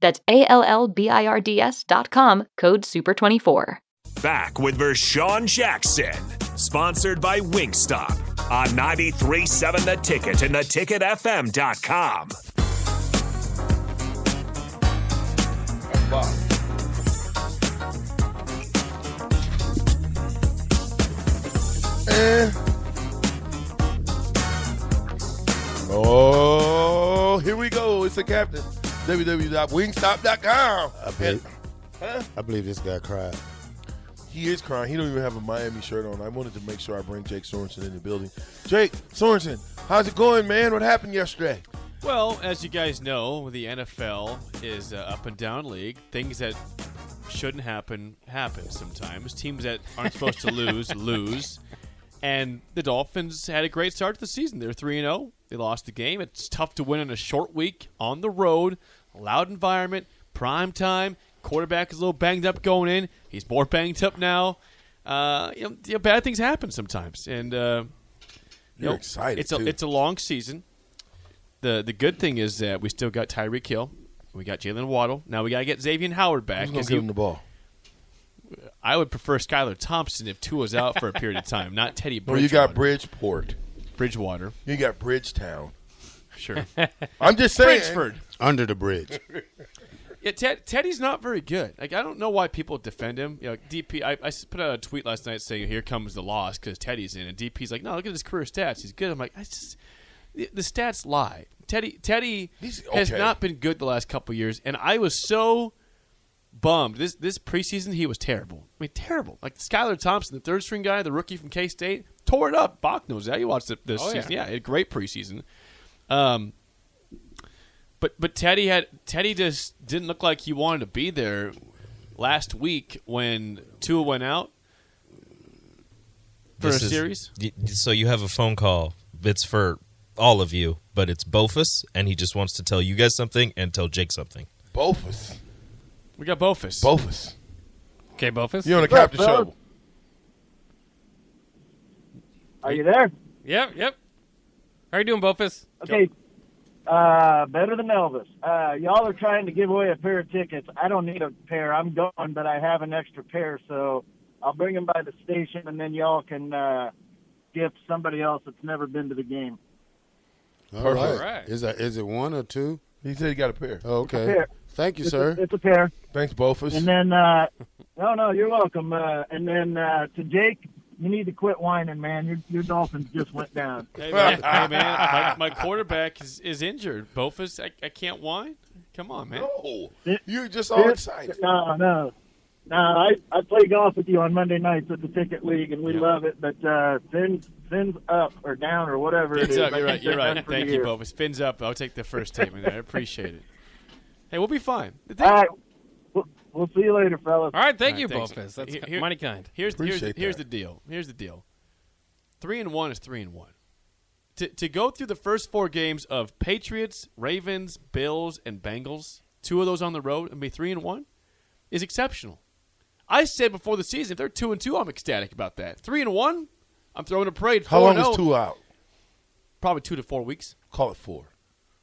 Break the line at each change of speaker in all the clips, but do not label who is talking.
That's A L L B I R D S dot com, code SUPER24.
Back with Vershawn Jackson, sponsored by Wingstop on 93.7 The Ticket and theticketfm.com.
Eh. Oh, here we go. It's the captain. www.wingstop.com.
I believe, I believe this guy cried.
He is crying. He don't even have a Miami shirt on. I wanted to make sure I bring Jake Sorensen in the building. Jake Sorensen, how's it going, man? What happened yesterday?
Well, as you guys know, the NFL is a up and down league. Things that shouldn't happen happen sometimes. Teams that aren't supposed to lose lose. And the Dolphins had a great start to the season. They're 3 0. oh. They lost the game. It's tough to win in a short week on the road, loud environment, prime time. Quarterback is a little banged up going in. He's more banged up now. Uh, you know, you know, bad things happen sometimes. And uh, you
You're excited,
It's a,
too.
it's a long season. The the good thing is that we still got Tyreek Hill. We got Jalen Waddle. Now we got to get Xavier Howard back.
Who's gonna
'cause
give
he-
him the ball?
I would prefer Skylar Thompson if Tua's out for a period of time, not Teddy
Oh,
Bridgewater.
you got Bridgeport.
Bridgewater.
You got Bridgetown.
Sure.
I'm just saying.
Bridgeford.
Under the bridge.
Yeah, Ted, Teddy's not very good. Like I don't know why people defend him. You know, DP. I, I s- put out a tweet last night saying, "Here comes the loss" because Teddy's in, and DP's like, "No, look at his career stats. He's good." I'm like, I just the, the stats lie. Teddy Teddy
He's
has
okay.
not been good the last couple years, and I was so bummed. This this preseason he was terrible. I mean, terrible. Like Skylar Thompson, the third string guy, the rookie from K State, tore it up. Bach knows that. You watched it this season. Yeah, he had a great preseason. Um, but but Teddy had Teddy just didn't look like he wanted to be there last week when Tua went out for
This
a
is-
series.
y- So you have a phone call. It's for all of you, but it's Bofus, and he just wants to tell you guys something and tell Jake something.
Bofus.
We got Bofus.
Bofus.
Okay, Bofus.
You're on a captain
fellas?
shovel.
Are you there?
Yep, yep. How are you doing, Bofus?
Okay. Uh, better than Elvis. Uh, y'all are trying to give away a pair of tickets. I don't need a pair. I'm going, but I have an extra pair, so I'll bring them by the station, and then y'all can uh, gift somebody else that's never been to the game.
All right.
Alright.
Is, that, is it one or two?
He said he got a pair.
Oh, okay.
Here.
Thank you,
It's a-
sir.
it's a pair.
Thanks, Bofus.
And then, uh, no, no, you're welcome. Uh, and then uh, to Jake, you need to quit whining, man. Your, your Dolphins just went down.
Hey man, hey, man, my, my quarterback is, is injured. Bofus, I, I can't whine. Come on, man.
no. You're just all excited.
No, no. No, I, I play golf with you on Monday nights at the Ticket League, and we love it. But uh, fins, fins up or down or whatever it
Fins
is.
up.
I
You're right.
think
You're
they're done
right.
for
Thank
the
you,
year.
Bofus. Fins up. I'll take the first statement. there. I appreciate it. Hey, we'll be fine. The thing-
All right. We'll, we'll see you later, fellas.
All right, thank you,
thanks.
Bofus. That's
Here- here-
mighty kind.
Here's here's,
Appreciate
here's the
that.
deal. Here's the deal. Three and one is three and one. To to go through the first four games of Patriots, Ravens, Bills, and Bengals, two of those on the road, and be three and one, is exceptional. I said before the season, if they're two and two, I'm ecstatic about that. Three and one, I'm throwing a parade.
How
Four
long
and
is
oh,
two out?
Probably two to four weeks.
Call it four.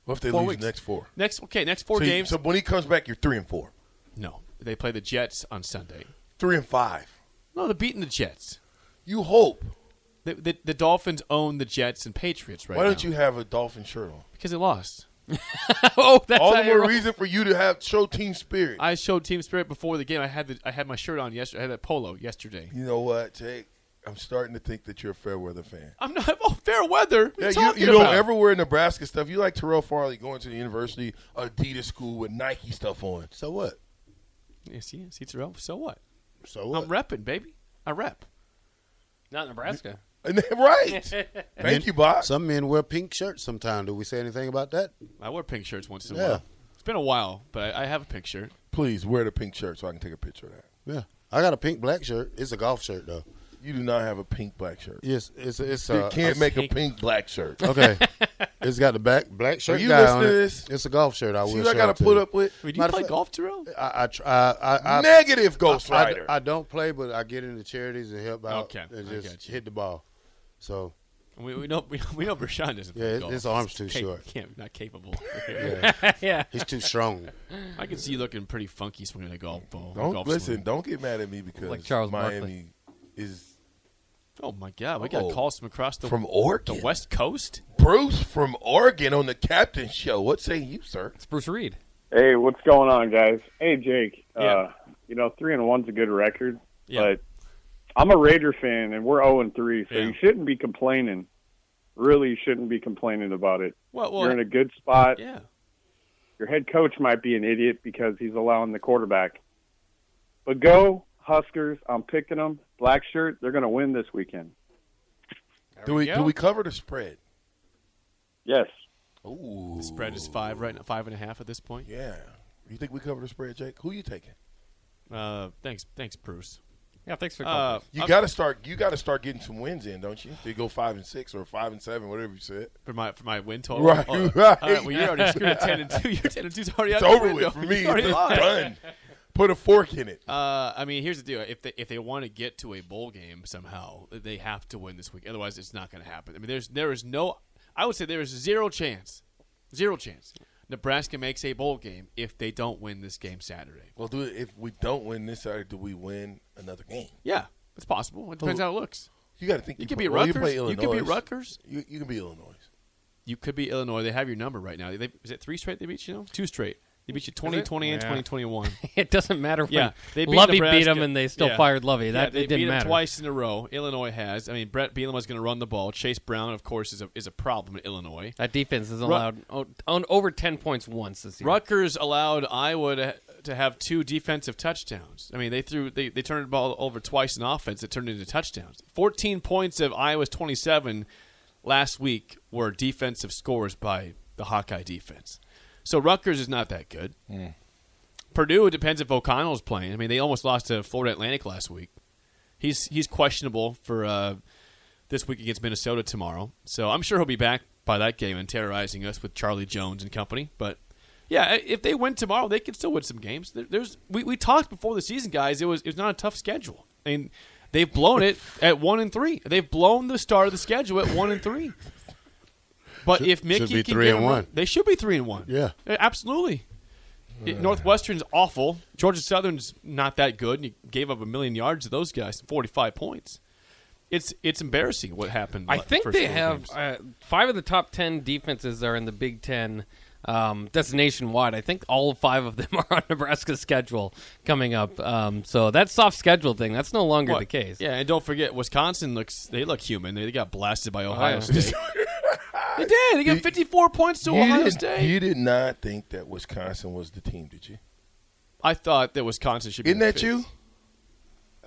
What if they
Four
lose
weeks.
the next four?
Next, okay, next four
so, you-
games.
so when he comes back, you're three and four,
no, they play the Jets on Sunday.
three and five.
No, they're beating the Jets.
You hope.
The, the, the Dolphins own the Jets and Patriots right
Why don't
now
you have a dolphin shirt on?
because they lost.
oh, that's
All
how
the
you
more
roll.
reason for you to have show team spirit.
I showed team spirit before the game. I had the, I had my shirt on yesterday. I had that polo yesterday.
you know what, Jake? I'm starting to think that you're a fair weather fan.
I'm not oh, fair weather. What are
Yeah,
you
you,
talking
you don't
about?
ever wear Nebraska stuff. You like Terrell Farley going to the university, Adidas school with Nike stuff on.
So what?
Yeah, see, see Terrell. So what?
So what?
I'm repping, baby. I rep.
Not Nebraska.
And then- right. Thank you, Bob.
Some men wear pink shirts sometimes. Do we say anything about that?
I wear pink shirts once in a
Yeah.
while. It's been a while, but I, I have a pink shirt.
Please wear the pink shirt so I can take a picture of that.
Yeah. I got a pink black shirt. It's a golf shirt though.
You do not have a pink black shirt.
Yes, it's it's
You
uh,
can't
a-
make a pink black shirt.
Okay. it's got the black black shirt
you
guy
listening
on it.
to this?
It's a golf shirt. I
See
will
what I
show
got
it to
to put
you.
up with?
Wait, do you
Matter
play
of fact-
golf, Terrell?
I I, tr- I, I, I
Negative Ghost
I,
Rider.
I, I don't play, but I get into charities and help out
Okay,
and
I
just
got you.
hit the ball. So
We, we know we, we know Brashan doesn't
Yeah,
play
it-
golf.
his arm's too
Cap-
short.
Can't not capable.
yeah.
he's too strong.
I can see you looking pretty funky swinging a golf ball. a
don't
golf
listen.
swing.
Don't get mad at me because
Like Charles
Miami
Barkley.
is
Oh my God, we got
Oh.
calls from across the
from
the
Oregon.
West Coast.
Bruce from Oregon on the captain show. What say you, sir?
It's Bruce Reed.
Hey, what's going on, guys? Hey, Jake.
Yeah.
Uh, you know, three and one's a good record,
Yeah.
but I'm a Raider fan, and we're zero and three, so
Yeah.
you shouldn't be complaining. Really, you shouldn't be complaining about it.
Well, well,
You're in a good spot.
yeah.
Your head coach might be an idiot because he's allowing the quarterback. But go Huskers! I'm picking them. Black shirt. They're going to win this weekend.
Do we do we cover the spread?
Yes.
Ooh,
The spread is five right now, five and a half at this point.
Yeah. You think we cover the spread, Jake? Who you taking?
Uh, thanks, thanks, Bruce.
Yeah, thanks for calling.
Uh,
You
I'm-
got to start. You got to start getting some wins in, don't you? They go five and six or five and seven, whatever you said.
for my for my win total.
Right,
Oh,
right.
All right, well, you're already screwed at ten and two. Your ten and two's already
It's
out the
over
window.
with for me.
You already
It's
lost.
done. Put a fork in it.
Uh, I mean, here's the deal: if they if they want to get to a bowl game somehow, they have to win this week. Otherwise, it's not going to happen. I mean, there's there is no, I would say there is zero chance, zero chance Nebraska makes a bowl game if they don't win this game Saturday.
Well, do if we don't win this Saturday, do we win another game?
Yeah, it's possible. It depends how it looks.
You got to think.
You could
play-
be
well, You,
Rutgers.
play
You could be
Illinois.
Rutgers.
You, you can be Illinois.
You could be Illinois. They have your number right now. They, is it three straight they beat you? No, two straight. They beat you 20, 20, and
Yeah.
twenty twenty one.
It doesn't matter when
Yeah, they beat
Lovey
Nebraska.
beat them and they still
Yeah.
fired Lovey. That
yeah, they
it didn't
beat
matter.
him twice in a row. Illinois has. I mean, Brett Bielema's going to run the ball. Chase Brown, of course, is a, is a problem at Illinois.
That defense is allowed on, on over ten points once this year.
Rutgers allowed Iowa to, to have two defensive touchdowns. I mean, they threw they, they turned the ball over twice in offense. It turned into touchdowns. Fourteen points of Iowa's twenty seven last week were defensive scores by the Hawkeye defense. So Rutgers is not that good.
Hmm.
Purdue it depends if O'Connell's playing. I mean, they almost lost to Florida Atlantic last week. He's he's questionable for uh, this week against Minnesota tomorrow. So I'm sure he'll be back by that game and terrorizing us with Charlie Jones and company. But yeah, i- if they win tomorrow, they can still win some games. There, there's we, we talked before the season, guys. It was it was not a tough schedule. I mean, they've blown it at one and three. They've blown the start of the schedule at one and three. But if Mickey
should be
can
three
get
and
them-
one.
they should be three and one.
Yeah.
absolutely. It- Northwestern's awful. Georgia Southern's not that good. And you gave up a million yards to those guys, forty-five points. It's it's embarrassing what happened.
I
la-
think
first
they
four
have
games.
uh, five of the top ten defenses are in the Big Ten. Um, that's nationwide. I think all five of them are on Nebraska's schedule coming up. Um, so that soft schedule thing, that's no longer
What?
the case.
Yeah, and don't forget Wisconsin looks they look human. They, they got blasted by Ohio
yeah.
State. they did. They got fifty-four points to
you
Ohio
did,
State.
You did not think that Wisconsin was the team, did you?
I thought that Wisconsin should. be
Isn't
the
that
fifth.
you?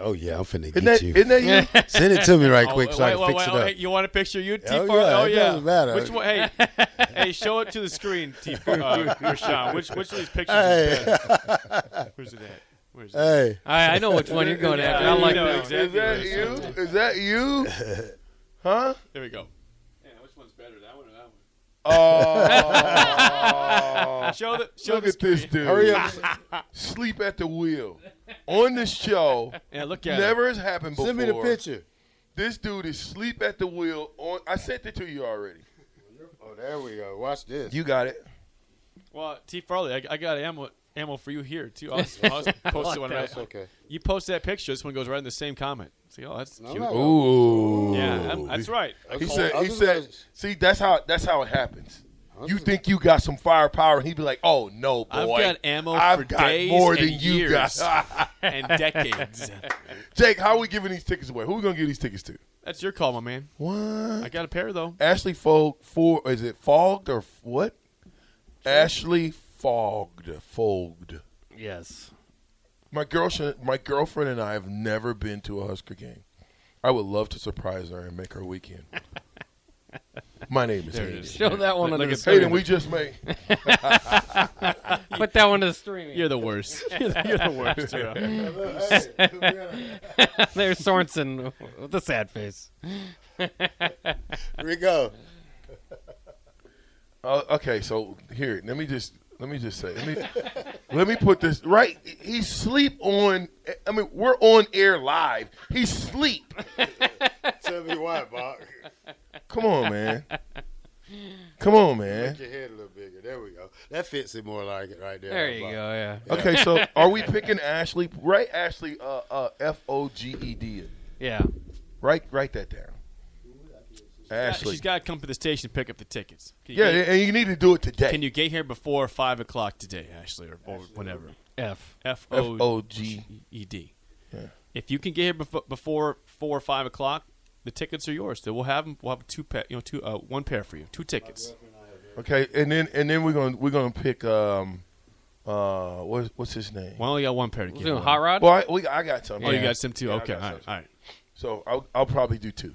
Oh yeah, I'm
Isn't
finna get
that
you.
isn't that you?
Send it to me right
Oh,
quick
wait,
so I can
wait,
fix
wait,
it
oh,
up.
hey, you want a picture? of You, T.
Oh,
Farr?
yeah,
oh
it
yeah.
doesn't matter.
Which one? Hey, hey, show it to the screen, T. Farr, uh, Rashawn. Which which of these pictures? Is best? Where's it at? Where's it? at?
Hey,
I, I know which one you're going after. I
you
like
know
that.
exactly
Is that
what it
you?
is.
Is that you? Huh?
There we go. Yeah, which one's better, that one or that one?
Oh,
Show the show
look
the
at
screen.
this dude.
hurry up.
Sleep at the wheel on this show.
Yeah, look at it.
Never has happened before.
Send me the picture.
This dude is sleep at the wheel on. I sent it to you already.
Oh, there we go. Watch this.
You got it.
Well, T. Farley, I, I got ammo ammo for you here too. I was, I was posted one right.
okay.
You post that picture, this one goes right in the same comment. See, oh, that's cute.
no.
Ooh.
Yeah, I'm- that's right.
He said. He said. See, that's how. That's how it happens. You think you got some firepower? and He'd be like, "Oh no, boy,
I've got ammo
I've
for
got
days
more
and
than you
years
got."
and decades.
Jake, how are we giving these tickets away? Who are we gonna give these tickets to?
That's your call, my man.
What?
I got a pair though.
Ashley Fogg for is it fogged or f- what? Ashley fogged, fogged.
Yes.
My girlfriend, my girlfriend and I have never been to a Husker game. I would love to surprise her and make her weekend. My name is
There it
Hayden.
is.
Show that one
Look
on the
at
stream.
Hayden, we just made.
Put that one to the stream.
You're the worst. You're the, you're the worst. Terrell.
There's Sorensen with the sad face.
Here we go.
Uh, okay, so here, let me just let me just say, let me let me put this right. He's sleep on. I mean, we're on air live. He's sleep.
Tell me why, Bob.
Come on, man. Come on, man.
Make your head a little bigger. There we go. That fits it more like it right there.
There you
Bob.
go. Yeah.
Okay, so are we picking Ashley? Right, Ashley. Uh, uh, F O G E D. it.
Yeah.
Right, write that down. Ashley.
She's got to come to the station to pick up the tickets. Can you
yeah,
get-
and you need to do it today.
Can you get here before five o'clock today, Ashley, or, or whenever?
F.
F
F
O
O G.
E D.
Yeah.
If you can get here before, before four or five o'clock, the tickets are yours. So we'll have 'em- We'll have two pair. You know, two uh, one pair for you. Two tickets.
Okay, and then and then we're gonna we're gonna pick um, uh, what's what's his name?
We only got one pair to
We're
give.
doing
away.
hot rod.
Well, I, we, I got some.
Oh, you
Yeah.
got some too.
Yeah, I
okay,
got
all right,
some.
all right.
So I'll, I'll probably do two.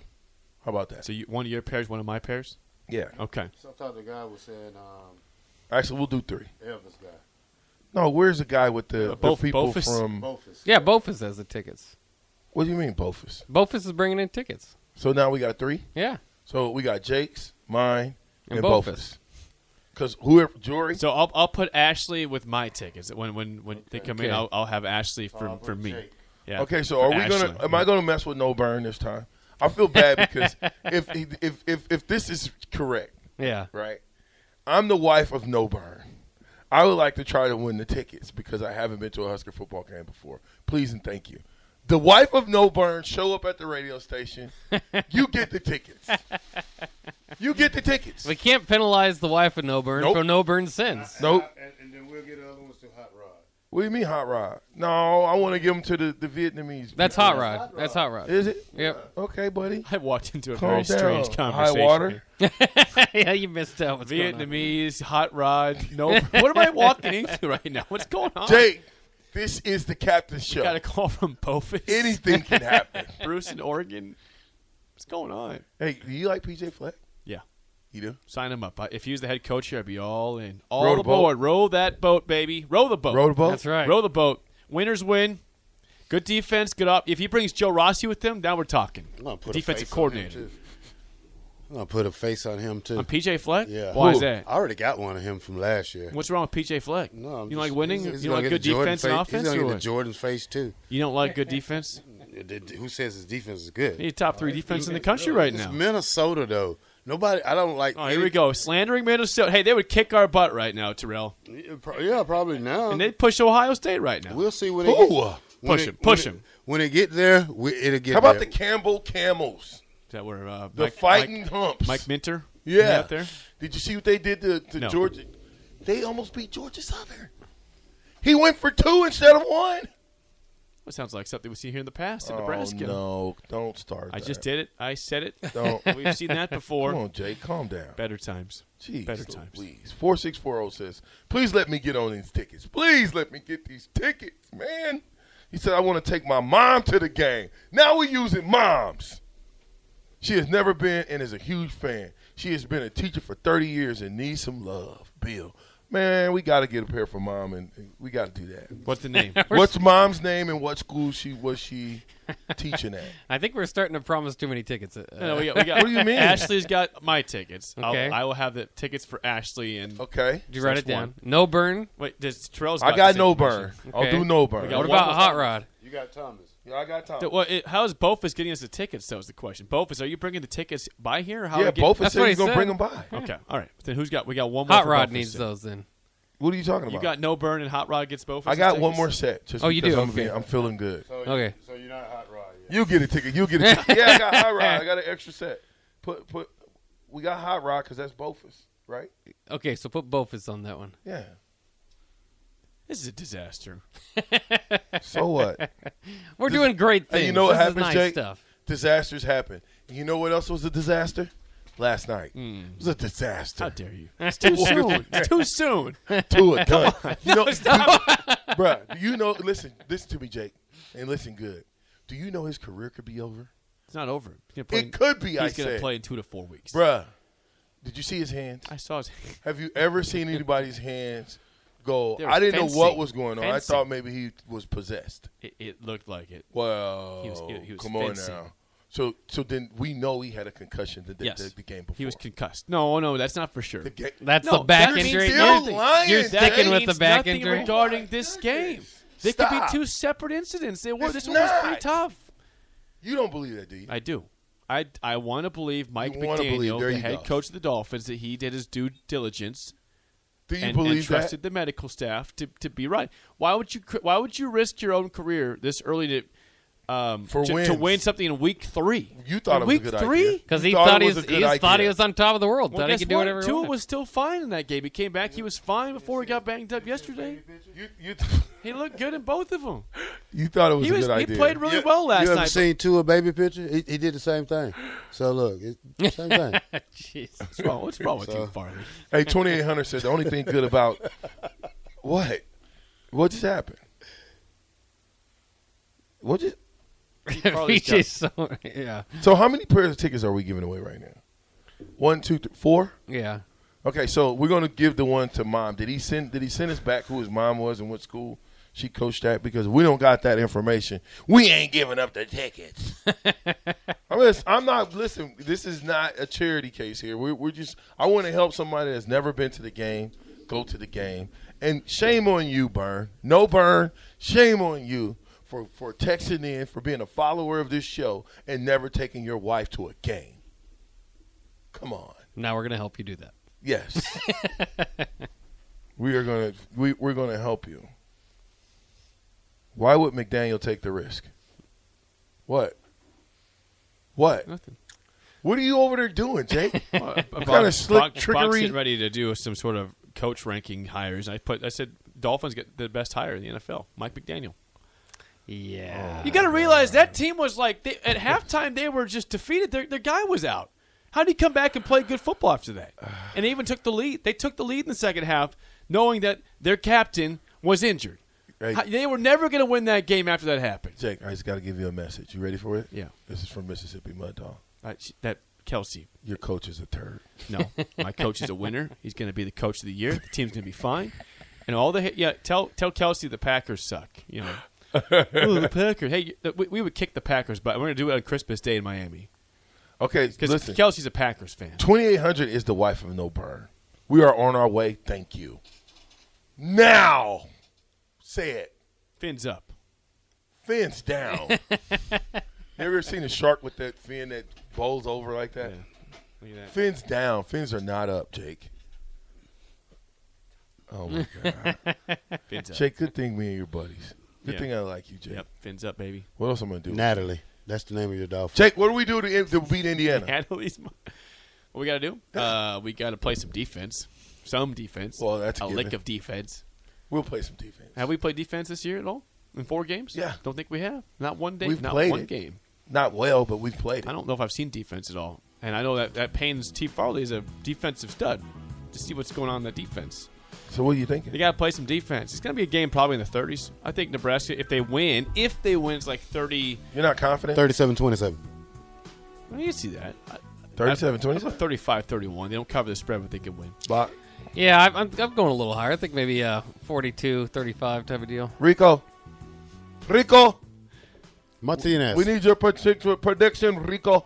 How about that?
So you, one of your pairs, one of my pairs.
Yeah.
Okay.
Sometimes the guy was saying, um,
Actually, we'll do three.
Elvis guy,
No, where's the guy with the, the
Bof-
people
Bofus?
from?
Bofus.
Yeah, Bofus has the tickets.
What do you mean, Bofus?
Bofus is bringing in tickets.
So now we got three.
Yeah.
So we got Jake's, mine, and,
And
Bofus.
Bofus.
Because whoever Jory,
So I'll, I'll put Ashley with my tickets. When when when they come in,
Okay.
I'll, I'll have Ashley for
Bob
for
and
me.
Jake.
Yeah.
Okay, so
For
are we
Ashley.
gonna? Am I gonna mess with No Burn this time? I feel bad because if, if if if this is correct,
Yeah.
right? I'm the wife of No Burn. I would like to try to win the tickets because I haven't been to a Husker football game before. Please and thank you. The wife of No Burn show up at the radio station. You get the tickets. You get the tickets.
We can't penalize the wife of Noburn
Nope.
for Noburn sins.
Nope.
And, and then we'll get the other ones to Hot Rod.
What do you mean hot rod? No, I want to give them to the, the Vietnamese.
That's hot rod. That's hot rod.
Is it
Yep.
okay, buddy?
I walked into a
Calm
very strange
down.
conversation.
High water.
here.
yeah, you missed out. What's going on.
Vietnamese hot rod. No, what am I walking into right now? What's going on?
Jake, this is the captain's show.
got a call from Bofus.
Anything can happen.
Bruce in Oregon. What's going on?
hey, do you like PJ Fleck?
Yeah.
You do?
Sign him up. I- If he was the head coach here, I'd be all in. All
Row the boat.
aboard. Row that boat, baby. Row the boat.
Row the boat.
That's right.
Row the boat. Winners win. Good defense. Good up. If he brings Joe Rossi with him, now we're talking.
I'm gonna put
Defensive
a face
coordinator.
On him too. I'm gonna put a face on him too.
On PJ Fleck?
yeah.
Why is that?
I already got one of him from last year.
What's wrong with PJ Fleck?
No, I'm
you
just-
like winning?
he's- he's
you
gonna
don't like good
get the Jordan
defense
face.
and
He's
offense?
gonna
Or
get the
what?
Jordan face too.
You don't like good defense?
Who says his defense is good?
You're top three defense in the country right
It's
now.
Minnesota though. Nobody. I don't like.
Oh, here we go. Slandering Minnesota. Hey, they would kick our butt right now, Terrell.
go. Yeah, probably now.
And they'd push Ohio State right now.
we'll see when it.
Ooh.
get- when
Push
it-
him, push
when
him.
It, when it get there, we, it'll get.
How about the
there.
Campbell Camels?
Is that where uh,
The
Mike,
fighting
Mike,
humps.
Mike Minter?
yeah.
Out there?
Did you see what they did to, to
No.
Georgia? They almost beat Georgia Southern. He went for two instead of one.
That sounds like something we've seen here in the past in Nebraska.
Oh, no, don't start.
I just
that.
did it. I said it.
Don't.
We've seen that before.
Come on, Jay, calm down.
Better times.
Jeez,
Better times.
Please. 4640 says, please let me get on these tickets. Please let me get these tickets, man. He said, I want to take my mom to the game. Now we're using moms. She has never been and is a huge fan. She has been a teacher for 30 years and needs some love. Bill. Man, we got to get a pair for mom, and and we got to do that.
What's the name?
What's mom's name and what school she was she teaching at?
I think we're starting to promise too many tickets. Uh,
No, no, we got, we got,
What do you mean?
Ashley's got my tickets.
Okay.
I'll, I will have the tickets for Ashley and.
Okay,
did you write it
That's
down?
one.
No burn.
Wait, does Terrell's
Oh. I got
the
no
same
burn.
question.
I'll
Okay.
do no burn.
We got
What
one
about
was-
hot rod?
You got Thomas.
Yeah, I got time.
Th- Well, it, how is Bofus getting us the tickets? Though is the question. Bofus, are you bringing the tickets by here? Or how
Yeah,
are we
both of
that's
said
what
he's
he
gonna
said.
bring them by.
Okay, all right. Then who's got? We got one more.
Hot
for
rod
Bofus
needs
then.
those then.
What are you talking about?
You got no burn and hot rod gets Bofus.
I
the
got one
tickets?
more set. Just
Oh, you
because
do?
I'm,
Okay.
being- I'm feeling good.
So
Okay.
So you're not hot rod yet.
You get a ticket. You get a ticket. yeah, I got hot rod. I got an extra set. Put put. We got hot rod because that's Bofus. right?
Okay, so put Bofus on that one.
Yeah.
This is a disaster.
So what?
We're
This-
doing great things.
And you know what
This is
happens,
nice
Jake?
stuff.
Disasters happen. And you know what else was a disaster? Last night.
Hmm.
It was a disaster.
How dare you? It's too soon. It's too soon.
to a gun. You know, do- bruh, do you know? Listen, listen to me, Jake, and listen good. Do you know his career could be over?
It's not over. He's gonna play
It could be,
He's
I
gonna
said.
play in two to four weeks.
Bruh, did you see his hands?
I saw his.
Have you ever seen anybody's hands go?
They were
I didn't know what
fencing.
was going on. I
Fencing.
thought maybe he was possessed.
It, it looked like it.
Well,
He was- he- he was
come
fencing.
on now. So, so then we know he had a concussion the, the,
Yes.
the, the game before.
He was concussed. No, no, that's not for sure.
The ga-
That's
No,
the back
that means
injury.
you're
You're,
lying,
you're
Jake.
sticking with
means
the back
nothing
injury.
regarding this game. They could be
Stop.
two separate incidents. They were.
It's
This one was pretty
not.
tough.
you don't believe that, do you?
I do. I, I want to believe Mike
You wanna believe.
McDaniel,
There
the
you
head
go.
coach of the Dolphins, that he did his due diligence
do you
and,
believe
and trusted the medical staff to, to be right. Why would you cr- Why would you risk your own career this early to um,
For
to, to
wins.
win something in week three?
that? You thought it was a
week
good
three?
idea
Because
You
he
it
thought, he
was
was,
a good
he was- thought he
idea.
was on top of the world.
Well,
thought he
guess
could do
what?
whatever he
Tua
wanted.
was still fine in that game. He came back. He was fine before he got banged up yesterday.
You, you,
He looked good in both of them.
you thought it was
He
a
was
good
he
idea.
played really well last
You ever
night.
seen Tua baby picture? He, he did the same thing. So look, it, same thing.
Jeez.
What's wrong, what's wrong with you, Farley?
Hey, twenty eight hundred said the only thing good about what? What just happened? What just?
Farley's
Which is so, yeah,
So how many pairs of tickets are we giving away right now? One, two, three, four.
yeah.
Okay, so we're gonna give the one to mom. Did he send? Did he send us back who his mom was and what school she coached at? Because we don't got that information. We ain't giving up the tickets. I'm, just, I'm not. Listen, this is not a charity case here. We're, we're just. I want to help somebody that's never been to the game go to the game. And shame on you, Burn. No, Burn. Shame on you for for texting in for being a follower of this show and never taking your wife to a game. Come on.
Now we're gonna help you do that.
Yes. we are gonna we, we're gonna help you. Why would McDaniel take the risk? What? What?
Nothing.
What are you over there doing, Jake?
What
kind of slick trickery-
getting ready to do some sort of coach ranking hires. I put I said Dolphins get the best hire in the NFL, Mike McDaniel.
Yeah.
You got to realize that team was like they, at halftime they were just defeated. Their, their guy was out. How did he come back and play good football after that? And they even took the lead. They took the lead in the second half, knowing that their captain was injured.
Hey.
How- They were never going to win that game after that happened.
Jake, I just gotta give you a message. You ready for it?
Yeah.
This is from Mississippi Mud Dog.
Uh, sh- that Kelsey,
Your coach is a turd.
no, my coach is a winner. He's going to be the coach of the year. The team's going to be fine. And all the he- yeah, tell tell Kelsey the Packers suck. You know, Ooh, the Packers. Hey, you- we, we would kick the Packers, but we're going to do it on Christmas Day in Miami
Okay,
because
listen.
Kelsey's a Packers fan.
2800 is the wife of no burn. We are on our way. Thank you. Now, say it.
Fins up.
fins down. you ever seen a shark with that fin that bowls over like that?
Look at that.
Fins down. Fins are not up, Jake. Oh my god,
Fins up.
Jake! Good thing we and your buddies. Good
Yeah.
thing I like you, Jake.
Yep, fins up, baby.
What else I'm gonna do?
Natalie, that's the name of your dolphin.
Jake, what do we do to, to beat Indiana?
Natalie's. mo- What we got to do? Uh, we got to play some defense. Some defense.
Well, that's
a
given.
lick of defense.
We'll play some defense.
Have we played defense this year at all? In four games?
Yeah.
Don't think we have. Not one day.
We've
not
played
one
it.
game.
Not well, but we've played
I
it.
don't know if I've seen defense at all. And I know that that pains T. Farley is a defensive stud to see what's going on in that defense.
So what are you
They
thinking?
got to play some defense. It's going to be a game probably in the 30s. I think Nebraska, if they win, if they win, it's like 30.
You're not confident.
37-27.
I mean, you see that. I-
37,
I- I thought
27.
35 31. They don't cover the spread, but they could win.
Bach.
Yeah, I'm, I'm, I'm going a little higher. I think maybe uh, 42, 35 type of deal.
Rico. Rico.
Martinez.
We need your predict- prediction, Rico.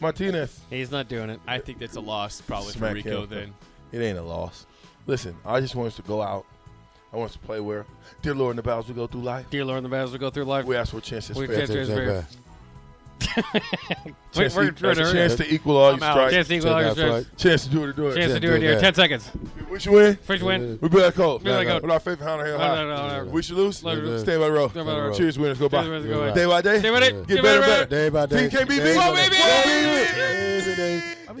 Martinez.
He's not doing it.
I think that's a loss probably
Smack
for Rico
him.
then.
It ain't a loss. Listen, I just want us to go out. I want us to play where, dear Lord, in the battles we go through life,
Dear Lord, in the battles we go through life.
we ask for chances.
We
fair.
catch
That's
That's
that
fair.
bad.
Wait,
Chance,
we're,
to,
we're in a
a
hurry.
chance to equal all your
I'm out.
strikes.
Chance to equal
Check
all your
out
strikes.
flight.
Chance to do it or do it.
Chance to
Yeah,
do it
do
here.
that.
10 seconds.
Which win? Mm-hmm.
First win.
We better call.
We better go.
With our favorite Hunter Hill
No, no,
High.
no, no.
We should lose.
Let it
go.
Stay by the road.
Stay by the road.
Cheers, winners. Go by.
Cheers, winners, go by.
Day by day.
Stay by day.
Get
Stay
better
by the
and
road.
better.
Day by day.
Team can't be
Day
beat.
by
Go,
day.
baby.
Day by day.